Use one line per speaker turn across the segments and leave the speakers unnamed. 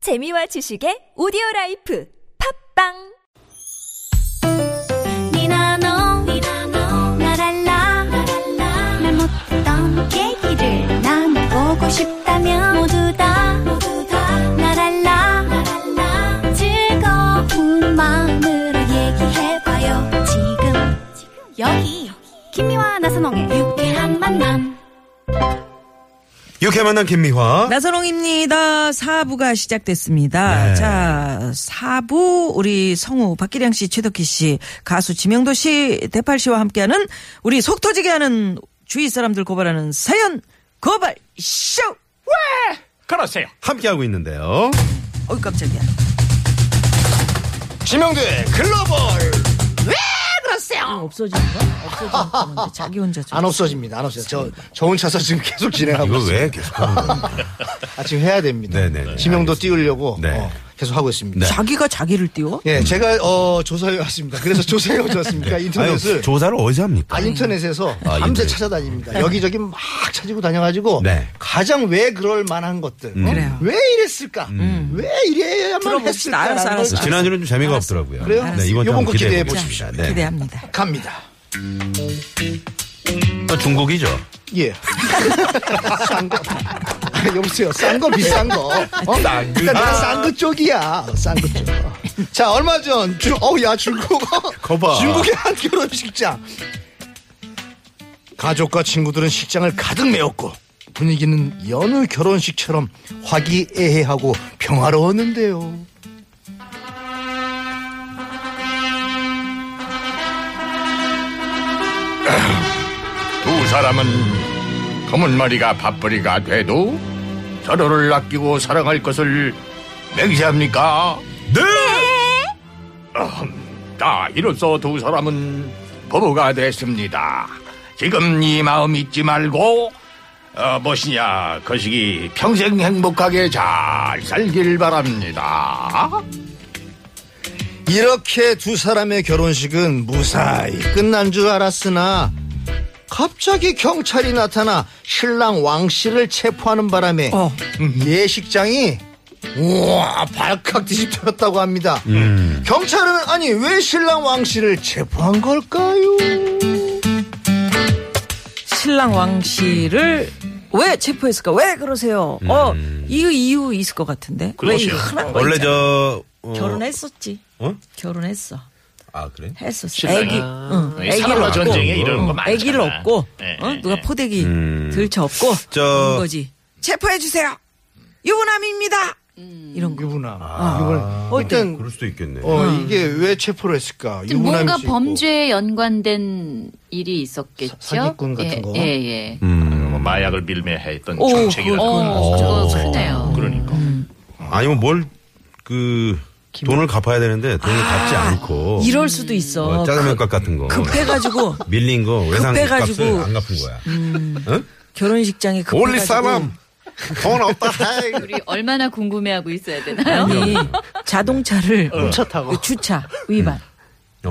재미와 지식의 오디오 라이프 팝빵
니나노 나랄라 말 못했던 얘기를 나눠보고 싶다면 모두 다 나랄라 즐거운 마음으로 얘기해봐요 지금 여기 김미와 나선홍의 유쾌한 만남
육회 만난 김미화.
네. 나선홍입니다. 4부가 시작됐습니다.
네.
자, 4부 우리 성우 박기량 씨, 최덕희 씨, 가수 지명도 씨, 대팔 씨와 함께하는 우리 속 터지게 하는 주위 사람들 고발하는 사연 고발 쇼.
그러세요.
함께하고 있는데요.
어이 깜짝이야.
지명대 글로벌.
없어지는 거? 없어지는 건데 자기 혼자 좀.
안 없어집니다. 안 없어요. 저, 저 혼자서 지금 계속 진행하고
아, 이거
있어요.
왜 계속 하는 거예요?
아, 지금 해야 됩니다.
네네네.
지명도
알겠습니다.
띄우려고
네.
어, 계속 하고 있습니다.
네. 음.
자기가 자기를 띄워?
예, 제가 어, 조사해 왔습니다. 그래서 조사해 오지 않습니까?
네. 아유,
인터넷을.
조사를 어디서 합니까?
아, 인터넷에서
아,
밤새
인터넷.
찾아다닙니다. 여기저기 막 찾고 다녀가지고
네. 음.
가장 왜 그럴 만한 것들, 어?
그래요.
왜 이랬을까, 왜 이래야만
들어봅시다.
했을까
알았어, 알았어.
그 지난주는 좀 재미가 없더라고요.
그래요?
네, 이번 주
요번
한번
거
기대해
기대해
보십시다.
보십시오.
네.
기대합니다.
갑니다.
또 중국이죠.
예. 싼 거. 아, 여보세요. 싼 거, 비싼 거. 어?
싼 거.
일단 난싼거 쪽이야. 싼 거 쪽. 자, 얼마 전, 주, 어우, 야, 중국.
거봐.
중국의 한 결혼식장. 가족과 친구들은 식장을 가득 메웠고, 분위기는 여느 결혼식처럼 화기애애하고 평화로웠는데요.
두 사람은 검은 머리가 밥벌이가 돼도 서로를 아끼고 사랑할 것을 맹세합니까?
네!
음, 자, 이로써 두 사람은 부부가 됐습니다. 지금 이 마음 잊지 말고 어, 무엇이냐
그
거시기 평생 행복하게 잘 살길 바랍니다.
이렇게 두 사람의 결혼식은 무사히 끝난 줄 알았으나 갑자기 경찰이 나타나 신랑 왕 씨를 체포하는 바람에
어.
예식장이 우와 발칵 뒤집혔다고 합니다. 경찰은 아니 왜 신랑 왕 씨를 체포한 걸까요?
신랑 왕 씨를 왜 체포했을까? 왜 그러세요? 어, 이 이유 있을 것 같은데. 왜이
그러시오.
하나
원래 저. 어,
결혼했었지.
어?
결혼했어.
아, 그래?
했었어.
신랑이.
애기, 응.
이 사랑과 전쟁에 이런 거 많잖아.
애기를 업고,
예,
어?
예,
누가
예.
포대기 들쳐 업고,
저-
그런 거지. 체포해 주세요. 유부남입니다. 이런 거.
유부남. 이걸 일단
그럴 수도 있겠네.
어,
음.
이게 왜 체포를 했을까?
하여튼 뭔가
수도 있고.
범죄에 연관된 일이 있었겠죠.
사- 사기꾼 같은
예,
거?
예, 예.
뭐 마약을 밀매했던
오,
정책이라든가.
어, 그거 크네요.
그러니까.
아니면 뭘, 그, 돈을 갚아야 되는데 돈을 갚지 않고.
이럴 수도 있어.
어, 짜장면 값 같은 거.
그 급해가지고,
밀린 거, 외상
급해가지고.
값을 안 갚은 거야. 응?
결혼식장에 급해가지고.
올리 사람! 돈 없다! 하이.
우리 얼마나 궁금해하고 있어야 되나요?
아니, 자동차를
차 타고.
그 주차 위반.
어.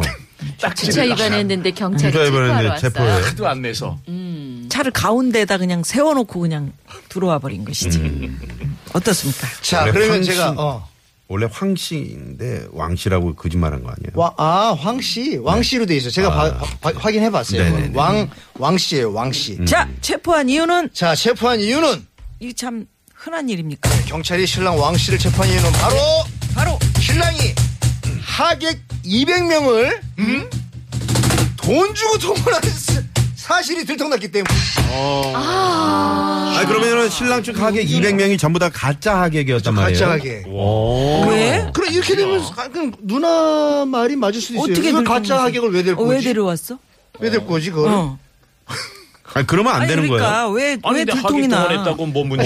주차 위반했는데 경찰이
부자
체포하러
입안에
왔어요.
체포해.
하도 안 내서.
차를 가운데다 그냥 세워놓고 그냥 들어와 버린 것이지. 어떻습니까?
자,
원래
그러면
황신-
제가 어.
원래 황씨인데 왕씨라고 거짓말한 거 아니에요?
와, 아, 황 씨. 왕 씨로 돼 있어요. 제가 바- 바- 확인해 봤어요.
네. 아. 네네네. 음.
왕, 왕 씨예요, 왕 씨.
자, 체포한 이유는
자, 체포한 이유는
이게 참 흔한 일입니까?
경찰이 신랑 왕 씨를 체포한 이유는 바로
바로
신랑이 하객 200명을 음?
음?
돈 주고 동원한 사실이 들통났기 때문에
아 그러면은 신랑 측 하객 200명이 전부 다 가짜 하객이었단 말이에요.
가짜 하객.
어.
왜?
예.
그럼 이렇게 되면 아, 그럼 누나 말이 맞을 수도 있어요.
어떻게
이걸
들통났어?
가짜 하객을 왜 데리고
어, 왜
오지?
데려왔어?
왜 데리고 오지 그걸?
어.
아니 그러면 안
아니,
되는
그러니까 왜 왜 들통이 나?
뭐
거예요. 어, 그럼 뭐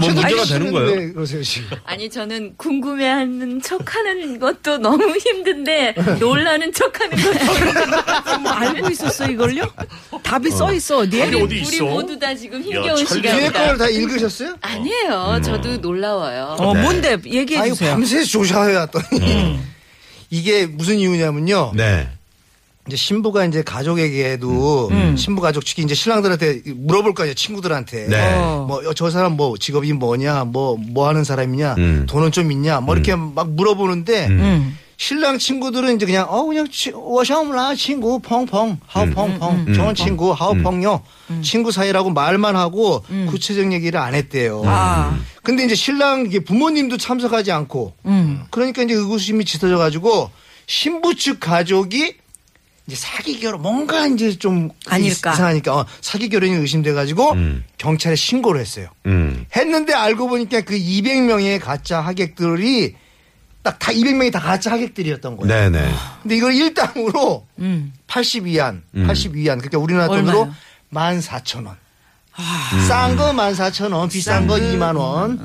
최덕희
문제가
씨는
되는 거예요?
왜 네, 그러세요 지금?
아니 저는 궁금해하는 척하는 것도 너무 힘든데 놀라는 척하는 것도
뭐 알고 있었어 이걸요? 답이 써 있어 어디에?
아니, 어디
우리
있어?
모두 다 지금 힘겨운
철-
뒤에
시간이다.
걸 다 읽으셨어요?
아니에요. 저도 놀라워요.
네.
어 뭔데 얘기해
아유
음.
주세요.
밤새 조사해왔더니 이게 무슨 이유냐면요.
네.
이제 신부가 이제 가족에게도
음.
신부 가족 측이 이제 신랑들한테 물어볼 거 아니에요 친구들한테
네.
어.
뭐 저 사람 뭐 직업이 뭐냐 뭐 뭐 하는 사람이냐
음.
돈은 좀 있냐 뭐 이렇게 막 물어보는데
음.
신랑 친구들은 이제 그냥 어 그냥 치- 워샤오므라 친구 펑펑
음.
하우펑펑 좋은 친구 하우펑요 친구 사이라고 말만 하고 구체적 얘기를 안 했대요.
음. 아.
근데 이제 신랑 이게 부모님도 참석하지 않고
음.
그러니까 이제 의구심이 짙어져 가지고 신부 측 가족이 이제 사기 결혼 뭔가 이제 좀
아닐까.
이상하니까 어, 사기 결혼이 의심돼 가지고
음.
경찰에 신고를 했어요.
음.
했는데 알고 보니까 그 200명의 가짜 하객들이 딱 다 200명이 다 가짜 하객들이었던 거예요.
네네.
근데 이걸 일당으로
음.
82안,
음.
82안. 그러니까 우리나라 돈으로 14,000원. 싼 거 14,000원, 아. 비싼 거 2만 원.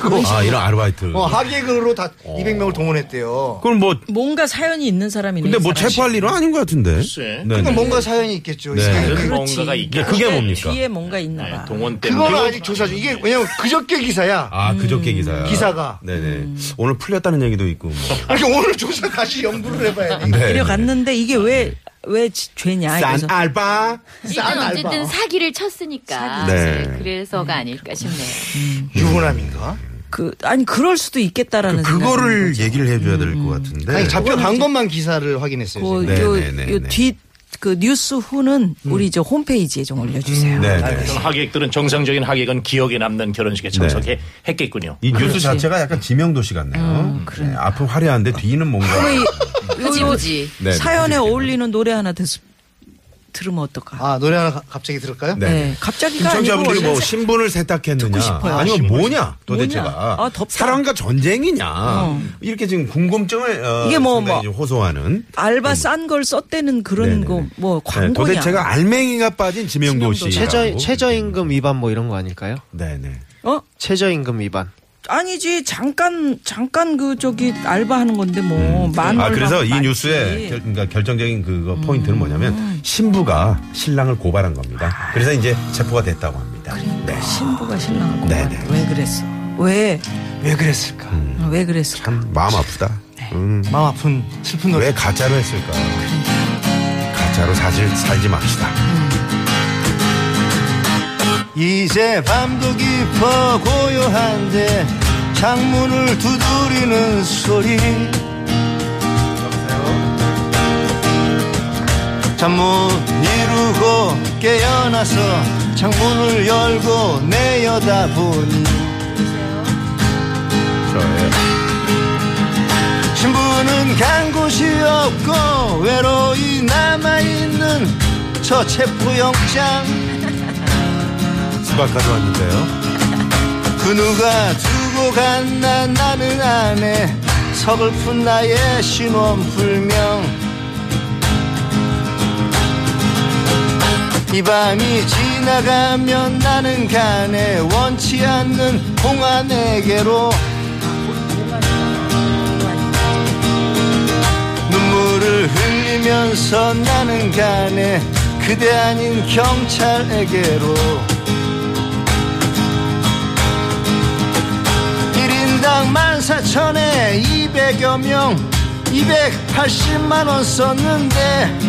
그리고
아, 이런 아르바이트.
어, 하객으로 다
어.
200명을 동원했대요.
그럼 뭐,
뭔가 사연이 있는 사람이네.
근데
이
뭐
사람이.
체포할 일은 아닌 것 같은데.
글쎄.
네네.
근데 뭐 뭔가 사연이 있겠죠. 이
네.
사연이.
그런
그-
뭔가가 있긴
예, 그게
한데,
뭡니까?
뒤에 뭔가 있나
예,
봐.
동원 때문에
네.
그건 아직 조사 중. 이게 왜냐면 그저께 기사야.
아, 그저께 기사.
기사가.
네네. 오늘 풀렸다는 얘기도 있고. 뭐.
어,
아니, 오늘 조사 다시 연구를 해봐야 돼.
네.
데려갔는데 이게 왜, 왜 지- 죄냐. 그래서
알바.
싼
일단
알바.
어쨌든 사기를 쳤으니까
사기. 네.
네, 그래서가 아닐까 싶네요.
유부남인가?
그, 아니, 그럴 수도 있겠다라는 생각이 드는
그거를
거죠. 음.
얘기를 해줘야 될 것 같은데.
아니 잡혀간 것만 기사를 확인했어요.
그,
지금.
네,
요,
네, 네,
요
네. 음.
뒤, 그 뉴스 후는 우리 저 홈페이지에 좀 올려주세요.
네네.
그런 하객들은 정상적인 하객은 기억에 남는 결혼식에
네.
참석했겠군요.
이 뉴스 자체가 약간 지명도 씨 같네요.
음,
네, 앞은 화려한데 뒤는 뭔가.
흐지부지.
네, 네.
사연에 어울리는 노래 하나 듣, 들으면 어떨까?
아 노래 하나 가- 갑자기 들을까요?
네.
네. 갑자기가
청취자분들이
아니고
뭐 신분을 세탁했느냐
싶어요.
아니면 뭐냐 도대체가
뭐냐? 아, 덥다. 어.
사랑과 전쟁이냐 이렇게 지금 궁금증을 어,
이게 뭐,
상당히
뭐.
호소하는
알바 싼 걸 썼대는 그런
네. 네네네.
거 뭐
네,
광고냐?
도대체가 알맹이가 빠진 지명도 씨
최저 최저임금 위반 뭐 이런 거 아닐까요?
네네
어
최저임금 위반.
아니지 잠깐 잠깐 그 저기 알바하는 건데 뭐만 음.
아 그래서 이 뉴스의 결, 그러니까 결정적인 그거 포인트는 뭐냐면 신부가 신랑을 고발한 겁니다 그래서 이제 체포가 됐다고 합니다
그러니까.
네.
신부가 신랑을
네네.
고발해. 왜 그랬어? 왜?
왜 그랬을까?
어, 왜 그랬을까?
참 마음 아프다
네.
음,
마음 아픈 슬픈 노래.
왜 가짜로 했을까
그러니까.
가짜로 사실 살지 맙시다
이제 밤도 깊어 고요한데 창문을 두드리는 소리 잠 못 이루고 깨어나서 창문을 열고 내려다보니
저의
신부는 간 곳이 없고 외로이 남아있는 저 체포영장
예, 수박 가져왔는데요
그 누가 두고 갔나 나는 안해 서글픈 나의 신원 불명 이 밤이 지나가면 나는 가네 원치 않는 봉안에게로 눈물을 흘리면서 나는 가네 그대 아닌 경찰에게로 1인당 14,000에 200여 명 280만 원 썼는데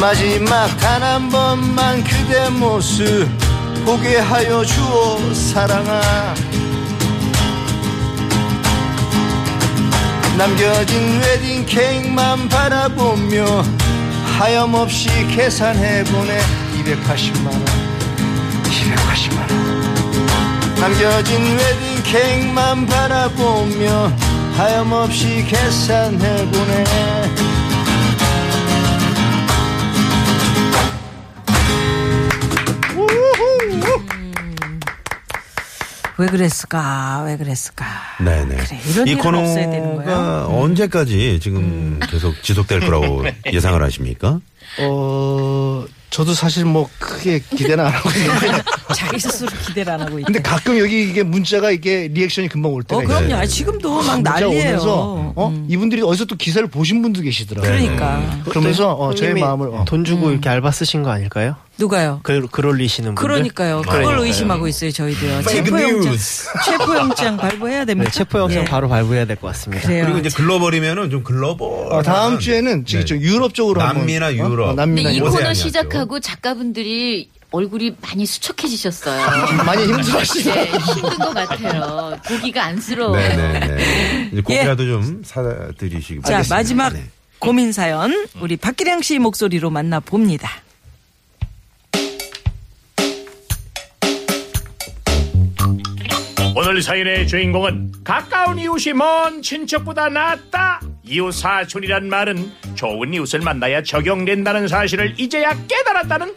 마지막 단 한 번만 그대 모습 보게 하여 주오 사랑아 남겨진 웨딩 케이크만 바라보며 하염없이 계산해보네 280만 원 280만 원 남겨진 웨딩 케이크만 바라보며 하염없이 계산해보네
왜 그랬을까? 왜 그랬을까?
네네.
그래, 이런
이
일은 없어야 되는
코너가 음.
거야. 음.
언제까지 지금 계속 지속될 거라고
네.
예상을 하십니까?
어 저도 사실 뭐 크게 기대는 안 하고 있는데
자기 스스로 기대를 안 하고 있대.
근데 가끔 여기 이게 문자가 이게 리액션이 금방 올
어
때가 있어요
네,
그럼요. 아니, 지금도 막
문자
난리예요. 음.
오면서 어 이분들이 어디서 또 기사를 보신 분도 계시더라고요 네.
그러니까
네,
그러면서 어, 저의
형님이
마음을 어.
돈 주고 이렇게 알바 쓰신 거 아닐까요?
누가요?
그, 글 올리시는 분들.
그러니까요.
네.
그걸
그러니까요.
의심하고 있어요, 저희도요.
Fake
체포영장,
news.
체포영장 발부해야
네,
됩니까?
체포 영상
예.
바로 발부해야 될 것 같습니다.
그래요.
그리고 이제 글로벌이면은 좀 네. 글로벌.
어, 다음 주에는 지금 좀 유럽 쪽으로
남미나
한번,
유럽.
어? 어, 남미나
네,
근데 이
네, 이거
유럽.
오세아니아
코너 시작하고 작가분들이 얼굴이 많이 수척해지셨어요.
많이 힘들어하시죠?
네, 힘든 것 같아요. 보기가 안쓰러워요.
네, 네네네. 이제 고기라도 좀 사드리시기
예. 자,
바랍니다.
마지막
네.
고민 사연 우리 박기량 씨 목소리로 만나 봅니다.
오늘 사연의 주인공은 가까운 이웃이 먼 친척보다 낫다. 이웃 사촌이란 말은 좋은 이웃을 만나야 적용된다는 사실을 이제야 깨달았다는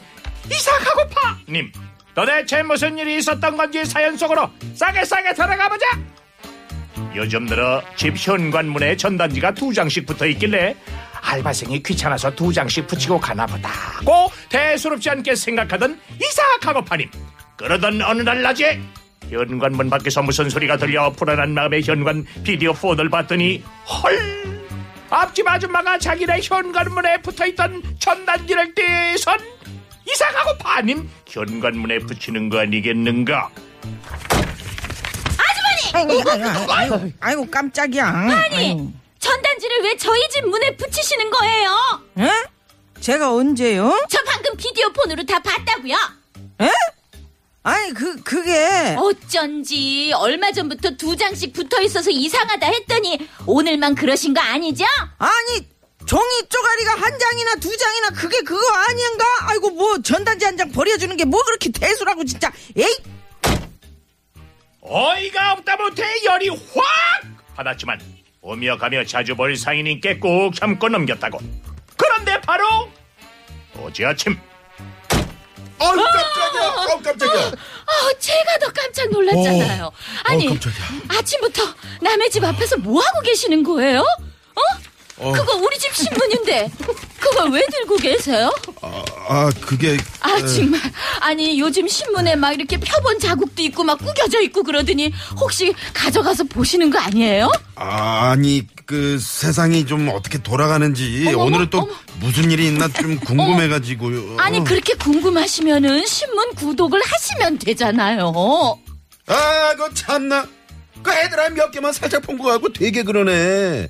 이삭하고파님. 도대체 무슨 일이 있었던 건지 사연 속으로 싸게 싸게 들어가 보자. 요즘 들어 집 현관문에 전단지가 두 장씩 붙어 있길래 알바생이 귀찮아서 두 장씩 붙이고 가나 보다고 대수롭지 않게 생각하던 이삭하고파님. 그러던 어느 날 낮에 현관문 밖에서 무슨 소리가 들려 불안한 마음에 현관 비디오 폰을 봤더니 헐 앞집 아줌마가 자기네 현관문에 붙어있던 전단지를 떼선 이상하고 파님 현관문에 붙이는 거 아니겠는가
아이고, 아이고, 아이고 깜짝이야. 아니,
전단지를 왜 저희 집 문에 붙이시는 거예요?
에? 어? 제가 언제요?
저 방금 비디오 폰으로 다 봤다고요.
에? 아니 그 그게
어쩐지 얼마 전부터 두 장씩 붙어 있어서 이상하다 했더니 오늘만 그러신 거 아니죠?
아니 종이 쪼가리가 한 장이나 두 장이나 그게 그거 아닌가? 아이고 뭐 전단지 한 장 버려주는 게 뭐 그렇게 대수라고 진짜. 에이.
어이가 없다 못해 열이 확 받았지만 오며 가며 자주 볼 상인님께 꾹 참고 넘겼다고 그런데 바로 어제 아침
어, 깜짝이야. 어, 깜짝이야.
어, 제가 더 깜짝 놀랐잖아요. 아니, 아침부터 남의 집 앞에서 뭐 하고 계시는 거예요? 어? 그거 우리 집 신문인데 그걸 왜 들고 계세요?
아, 그게
아 정말 아니 요즘 신문에 막 이렇게 표본 자국도 있고 막 구겨져 있고 그러더니 혹시 가져가서 보시는 거 아니에요?
아니 그 세상이 좀 어떻게 돌아가는지
어머,
오늘은 또
어머.
무슨 일이 있나 좀 궁금해가지고요.
아니 그렇게 궁금하시면은 신문 구독을 하시면 되잖아요.
아, 그 참나. 그 애들아 몇 개만 살짝 본 거 갖고 되게 그러네.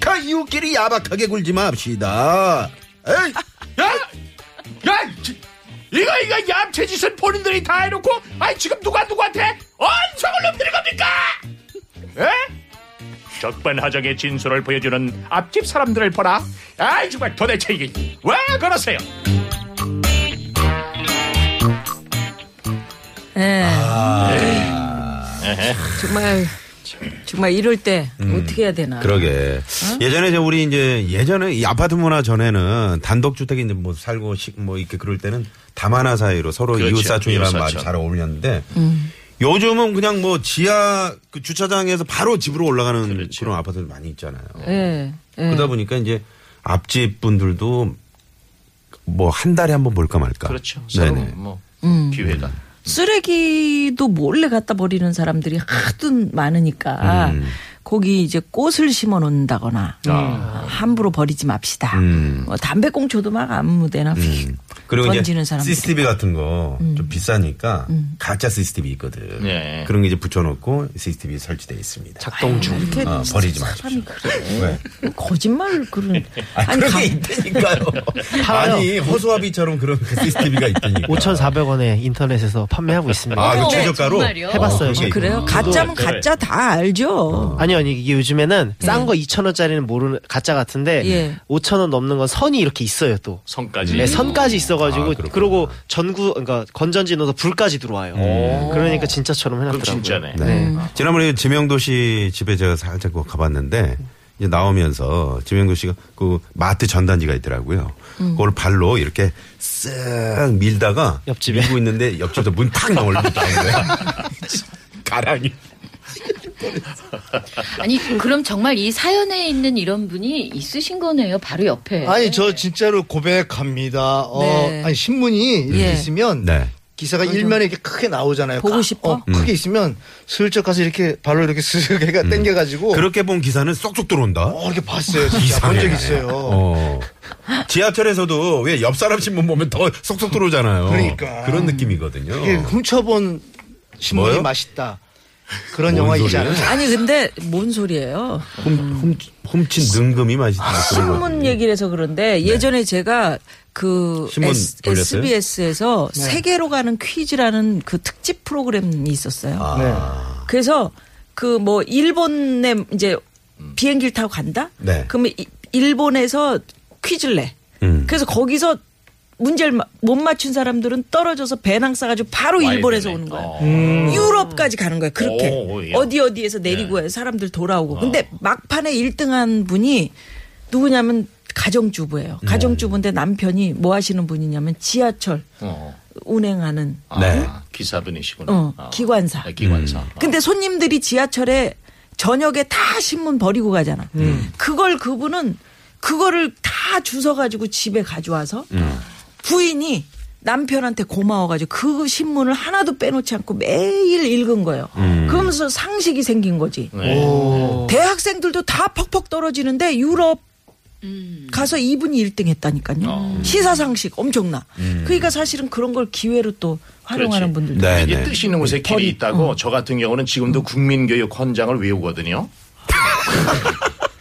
그 이웃끼리 야박하게 굴지 맙시다. 에이,
야! 야! 지- 이거 이거 얌체 짓은 본인들이 다 해놓고 아니 지금 누가 누구한테 언성을 넘드는 겁니까? 에? 적반하장의 진술을 보여주는 앞집 사람들을 보라 아이 정말 도대체 이게 왜 그러세요?
예. 정말 정말 이럴 때
음.
어떻게 해야 되나?
그러게. 예전에 저 우리 이제 예전에 이 아파트 문화 전에는 단독 주택에 이제 뭐 살고 식- 뭐 이렇게 그럴 때는 다만화 사이로 서로
그렇죠.
이웃 사촌이라는 말이
이웃사촌.
잘 어울렸는데
음.
요즘은 그냥 뭐 지하 그 주차장에서 바로 집으로 올라가는
그렇죠.
그런 아파트들 많이 있잖아요.
예. 예.
그러다 보니까 이제 앞집 분들도 뭐 한 달에 한 번 볼까 말까. 음. 네네.
뭐
음.
기회다
쓰레기도 몰래 갖다 버리는 사람들이 하도 많으니까
음.
거기 이제 꽃을 심어 놓는다거나 음, 함부로 버리지 맙시다.
아. 음.
뭐 담배꽁초도 막 아무데나 휙
음. 그리고
던지는
이제
사람들. 음.
CCTV 같은 거 좀 비싸니까 가짜 CCTV 있거든.
네.
그런 게 이제 붙여놓고 CCTV 설치돼 있습니다.
예. 작동 중.
이렇게
어,
진짜
버리지
사람이
마십시오.
그래.
왜?
거짓말 그런
아, 그런 게 있다니까요. 아니 호수아비처럼 그런 그 CCTV가 있다니까.
5,400원에 인터넷에서 판매하고 있습니다.
아,
어,
이거 최저가로
네,
정말요?
해봤어요,
어, 그게
지금.
그래요? 가짜면 가짜 다
어.
알죠.
아니요, 아니 이게 요즘에는 싼 거 2,000원짜리는 모르는 가짜 같은데
네. 예.
5,000원 넘는 건 선이 이렇게 있어요, 또.
음.
성까지
네, 선까지 있어가지고
아, 그렇구나.
그러고 전구 그러니까 건전지 넣어서 불까지 들어와요. 그러니까 진짜처럼 해놨더라고요.
그럼 그렇죠. 진짜네.
네.
음.
지난번에 지명도 씨 집에 제가 살짝 그거 가봤는데 이제 나오면서 지명도 씨가 그 마트 전단지가 있더라고요.
음.
그걸 발로 이렇게 쓱 밀다가
옆집에.
밀고 있는데 옆집에서 문탁 열리고 가랑이.
아니 그럼 정말 이 사연에 있는 이런 분이 있으신 거네요. 바로 옆에.
아니 저 진짜로 고백합니다. 어,
네.
아니 신문이 이렇게
예.
있으면
네.
기사가 일면에 이렇게 크게 나오잖아요.
보고
까-
싶어?
어, 크게 있으면 슬쩍 가서 이렇게 발로 이렇게 슥
음.
해가 당겨가지고
그렇게 본 기사는 쏙쏙 들어온다.
어, 이렇게 봤어요. 어. 진짜
이상해.
본적 있어요.
어. 지하철에서도 왜 옆 사람 신문 보면 더 속속 들어오잖아요.
그러니까.
런 느낌이거든요.
이게 훔쳐본 신문이
뭐요?
맛있다. 그런
뭔
영화 있지
소리예요?
않아요?
아니 근데 뭔 소리예요?
훔, 훔, 친 능금이
아,
맛있다. 그런 거
신문
같은데.
얘기를 해서 그런데 예전에 제가 그
신문
S,
돌렸어요? 네.
b s 에서 세계로 가는 퀴즈라는 그 특집 프로그램이 있었어요.
아.
그래서 그 뭐 일본에 이제 비행기를 타고 간다?
네.
그러면 이- 일본에서 퀴즈를 내.
음.
그래서 거기서 문제를 마- 못 맞춘 사람들은 떨어져서 배낭 싸가지고 바로 그 일본에서 오는
어.
거야.
음.
유럽까지 가는 거야. 그렇게
음. 오, 예.
어디 어디에서 내리고 해서 사람들 돌아오고. 근데 막판에 1등한 분이 누구냐면 가정주부예요.
음.
가정주부인데 남편이 뭐 하시는 분이냐면 지하철
어.
운행하는
네.
아, 기사분이시구나.
어,
아.
기관사.
네, 기관사.
근데 손님들이 지하철에 저녁에 다 신문 버리고 가잖아.
음.
그걸 그분은 그거를 다 주워가지고 집에 가져와서
음.
부인이 남편한테 고마워가지고 그 신문을 하나도 빼놓지 않고 매일 읽은 거예요.
음.
그러면서 상식이 생긴 거지.
네.
대학생들도 다 퍽퍽 떨어지는데 유럽 가서 이분이 1등 했다니까요.
아.
시사상식 엄청나. 그러니까 사실은 그런 걸 기회로 또 활용하는
음. 그렇지.
분들도
네,
이게
네.
뜻 있는 곳에
음.
길이 있다고 저 같은 경우는 지금도 국민교육 헌장을 외우거든요.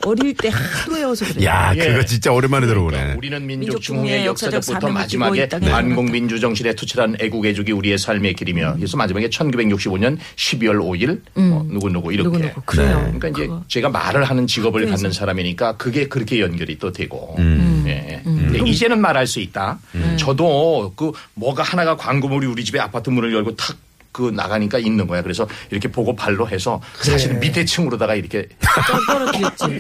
어릴 때 하도 외워서
아,
그래요.
야,
예.
그거 진짜 오랜만에 들어오네.
우리는
민족
민족
중흥의
중흥의 역사적부터
역사적 사명을
마지막에
띠고 있다는
반공민주 정신에 투철한 애국애족이 우리의 삶의 길이며 그래서 마지막에 1965년 12월 5일 어, 누구누구 이렇게
음. 누구누구 그래요.
그러니까 이제 제가 말을 하는 직업을 갖는 사람이니까 그게 그렇게 연결이 또 되고 예.
음.
근데 이제는 말할 수 있다.
네.
저도 그 뭐가 하나가 광고물이 우리 집에 아파트 문을 열고 탁. 그 나가니까 있는 거야. 그래서 이렇게 보고 발로 해서 사실 밑에 층으로다가 이렇게
떨어뜨렸지.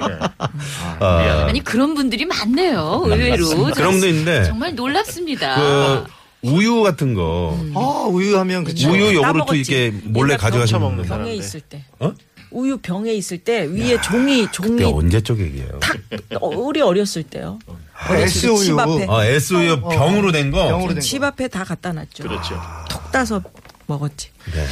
아,
아니 그런 분들이 많네요. 의외로
그런 분도 있는데.
정말 놀랍습니다.
그 우유 같은 거.
아, 우유하면 그치.
우유 요구르트
따먹었지.
이게 몰래
옛날
가져가시는
병 처먹는
분들.
사람.
병에
그런데.
있을 때.
어?
우유 병에 있을 때 위에 종이
음.
그게
종이
언제 쪽 얘기예요?
탁 어, 우리 어렸을 때요. 어렸을
SOU.
때 집 앞에
아, S 우유 병으로 된 거.
어. 병으로 된 거.
집 앞에 다 갖다 놨죠.
그렇죠.
톡 따서 먹었지.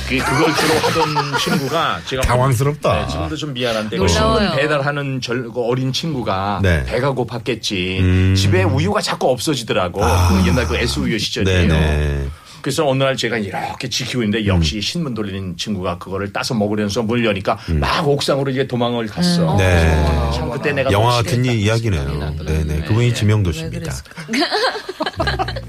그- 그걸 주로 하던 친구가 제가
당황스럽다.
네, 지금도 좀 미안한데 그
놀라워요.
신문 배달하는 절, 그 어린 친구가
네.
배가 고팠겠지.
음. 아.
집에 우유가 자꾸 없어지더라고. 그 옛날 그 S 우유 시절이에요.
네네. 음.
그래서 어느 날 제가 이렇게 지키고 있는데 역시 신문 돌리는 친구가 그거를 따서 먹으면서 물 여니까 막 옥상으로 이제 도망을 갔어.
네.
참 그때 내가
영화
너무
같은
싫었다.
이야기네요. 네네. 그분이 지명도 씨입니다.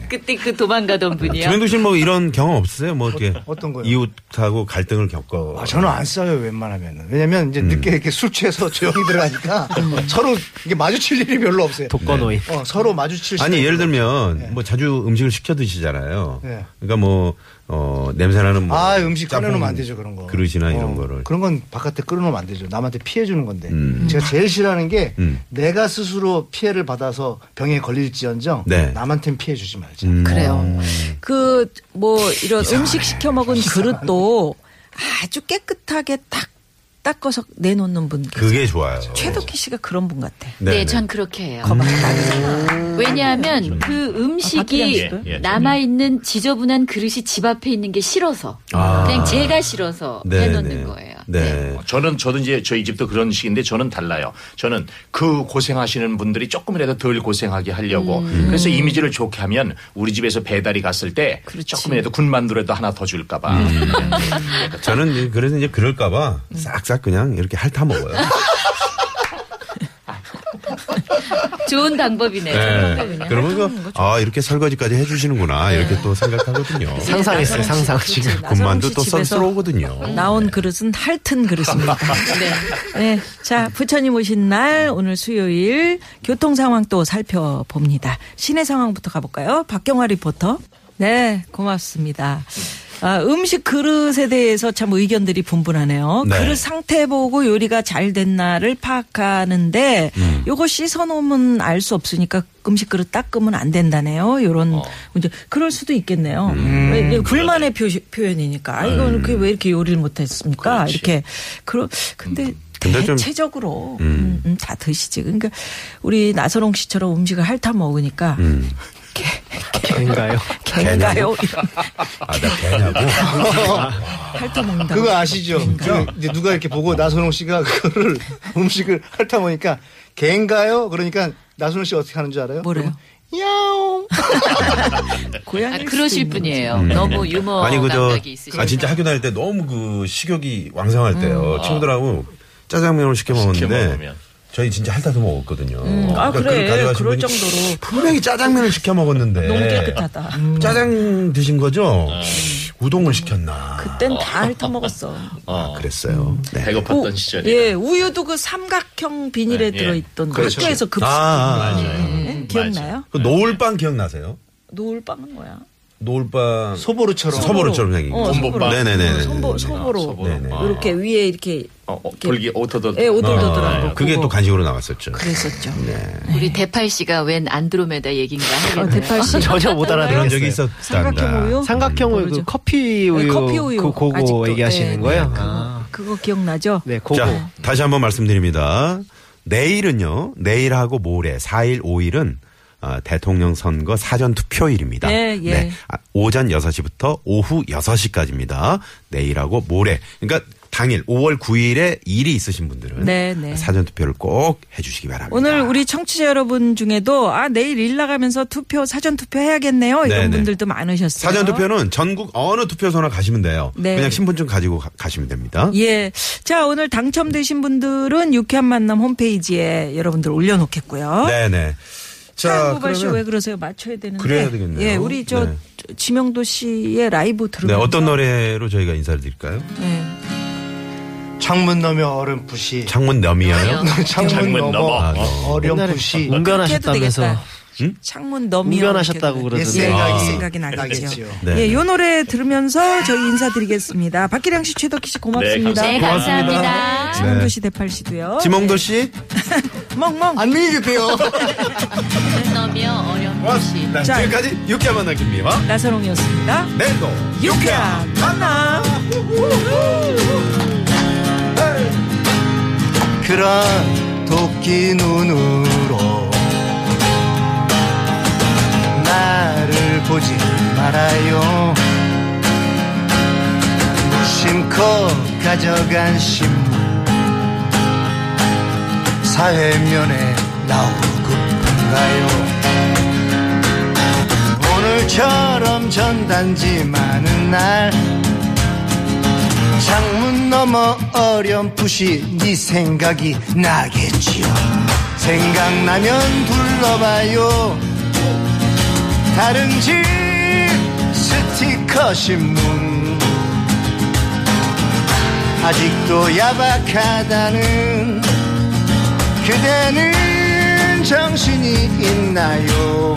그때 그 도망가던 분이요.
지명도 씨는 뭐 이런 경험 없으세요? 뭐 이렇게
어떤 거요?
이웃하고 갈등을 겪어.
아, 저는 안 싸요, 웬만하면. 왜냐면 이제 늦게
음.
이렇게 술 취해서 조용히 들어가니까 서로 이게 마주칠 일이 별로 없어요.
독거노인.
어, 서로 마주칠
아니
시간이
예를
별로
들면 뭐 자주 음식을 시켜 드시잖아요.
네.
그러니까 뭐 어, 냄새나는 뭐
아 음식
짬뽕
꺼내놓으면 안 되죠 그런 거
그릇이나
어,
이런 거를
그런 건 바깥에 끌어놓으면 안 되죠 남한테 피해 주는 건데 제가 제일 싫어하는 게
음.
내가 스스로 피해를 받아서 병에 걸릴지언정
네.
남한테는 피해 주지 말자
음.
그래요. 그 뭐 이런 음식 시켜 먹은 그릇도 아주 깨끗하게 딱 닦아서 내놓는 분. 계세요.
그게 좋아요.
그렇죠.
최덕희 씨가 그런 분 같아.
네,
네네. 음.
전 그렇게 해요. 왜냐하면 그
아,
음식이
예, 예.
남아 있는 지저분한 그릇이 집 앞에 있는 게 싫어서
아.
그냥 제가 싫어서
네네.
해놓는 거예요.
네.
뭐 저는 저도 이제 저희 집도 그런 식인데 저는 달라요. 저는 그 고생하시는 분들이 조금이라도 덜 고생하게 하려고
음.
그래서 이미지를 좋게 하면 우리 집에서 배달이 갔을 때 조금이라도 군만두라도 하나 더 줄까봐
저는 이제 그래서 이제 그럴까봐
음.
싹싹 그냥 이렇게 핥아 먹어요.
좋은 방법이네요.
네. 그러면 그, 아 이렇게 설거지까지 해주시는구나
네.
이렇게 또 생각하거든요.
상상했어요, 상상. 지금.
군만두 또
집에서
썬스러우거든요.
음. 나온 그릇은 핥은 그릇입니다. 네. 자, 부처님 오신 날 오늘 수요일 교통 상황 또 살펴봅니다. 시내 상황부터 가볼까요? 박경화 리포터. 네, 고맙습니다. 아, 음식 그릇에 대해서 참 의견들이 분분하네요.
네.
그릇 상태 보고 요리가 잘 됐나를 파악하는데 요거 씻어놓으면 알 수 없으니까 음식 그릇 닦으면 안 된다네요. 요런 문제. 그럴 수도 있겠네요. 왜- 왜 불만의 표시, 표현이니까. 아, 이건 그왜 이렇게 요리를 못했습니까? 이렇게. 그러, 음. 근데
근데 좀-
대체적으로 음, 음, 다 드시지. 그러니까 우리 나선홍 씨처럼 음식을 핥아 먹으니까
개인가요?
음. 개인가요?
아나 개냐고.
핥아 먹는다.
그거 아시죠 그 이제 누가 이렇게 보고 나선홍 씨가 그거를 음식을 핥아 보니까 개인가요 그러니까 나순호 씨 어떻게 하는 줄 알아요?
뭐래요?
야옹.
고양이.
아, 그러실 분이에요. 너무
어,
유머
음. 아니 그저
감각이 있으시고.
아 진짜 학교 다닐 때 너무 그 식욕이 왕성할 때요
음.
친구들하고 짜장면을 시켜 먹었는데
먹으면.
저희 진짜 핥아서 먹었거든요.
아,
그러니까
그래.
그걸 가져가신
그럴
분이
정도로.
분명히 짜장면을 시켜 먹었는데
너무 깨끗하다. 음.
짜장 드신 거죠? 우동을 시켰나?
그땐 다 핥아먹었어.
어,
그랬어요.
음.
네.
배고팠던
우-
시절이.
예, 우유도 그 삼각형
네,
비닐에
예.
들어있던
그렇죠.
학교에서 급식.
아, 아, 아.
네, 기억나요?
그 노을빵 기억나세요?
노을빵은 뭐야?
노을빵
소보루처럼.
서버로처럼 생긴 거.
어,
곰보빵.
네네네.
소보,
소보로.
소보로.
네네.
아.
이렇게 위에 이렇게
어, 어, 돌기 오토도.
예, 오돌도돌한
아,
거.
아, 그게
그거
또 간식으로 나왔었죠.
그랬었죠.
네.
우리 대팔 씨가 웬 안드로메다 얘기인가 하겠네요.
어, 그 대팔 씨.
전혀 못
그런 적이
알아들었어요.
있었단다.
삼각형 우유?
삼각형 우유, 그 커피
네,
우유,
커피 우유.
그 그거
아직도.
얘기하시는
네,
거예요?
네,
아.
그거 기억나죠?
네, 그거.
자, 다시 한번 말씀드립니다. 내일은요, 내일하고 모레, 4일, 5일은 어, 대통령 선거 사전 투표일입니다.
예, 예.
아, 오전 6시부터 오후 6시까지입니다. 내일하고 모레. 그러니까 당일 5월 9일에 일이 있으신 분들은
네, 네.
사전 투표를 꼭 해주시기 바랍니다.
오늘 우리 청취자 여러분 중에도 아 내일 일 나가면서 투표 사전 투표 해야겠네요 이런
네, 네.
분들도 많으셨어요.
사전 투표는 전국 어느 투표소나 가시면 돼요.
네.
그냥 신분증 가지고 가, 가시면 됩니다.
예. 자, 오늘 당첨되신 분들은 유쾌한 만남 홈페이지에 여러분들 올려놓겠고요.
네네. 자,
한국발씨 왜
그러면 네,
그러세요? 맞춰야 되는데.
그래야 되겠네요.
예, 우리 저
네.
저 지명도 씨의 라이브
네,
들으면서
어떤 노래로 저희가 인사를 드릴까요?
네.
창문 넘어 얼음풋이.
창문
어, 네.
너미야요?
아,
창문
창문
넘어
넘어.
얼음풋이.
해도
운변하셨다면서
되겠다. 창문 너미
운변하셨다고
내
그러던데.
생각이,
아. 생각이 나겠죠.
네.
예, 요 노래 들으면서 저희 인사드리겠습니다. 박기량 씨, 최덕희 씨 고맙습니다.
네,
감사합니다.
지명도 씨, 대팔 씨도요.
네.
네.
지몽도 씨?
멍멍.
안녕히 계세요.
너며 어려운 것이.
네,
자.
지금까지 유쾌한 만남 김미화
나선홍이었습니다.
내일도
유쾌한 만남.
그런 도끼 눈으로 나를 보지 말아요 무심코 가져간 신문 사회면에 나오고픈가요 오늘처럼 전단지 많은 날 창문 넘어 어렴풋이 네 생각이 나겠지요 생각나면 둘러봐요 다른 집 스티커 신문 아직도 야박하다는 그대는 정신이 있나요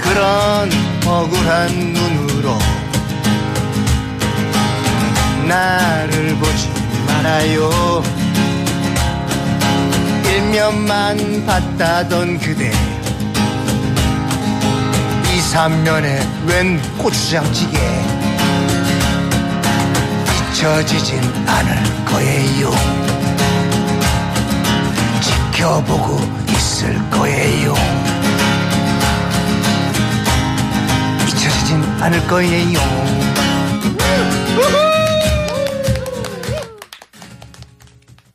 그런 억울한 눈으로 나를 보지 말아요 일면만 봤다던 그대 이삼면에 웬 고추장찌개 잊혀지진 않을 거예요 지켜보고 있을 거예요 잊혀지진 않을 거예요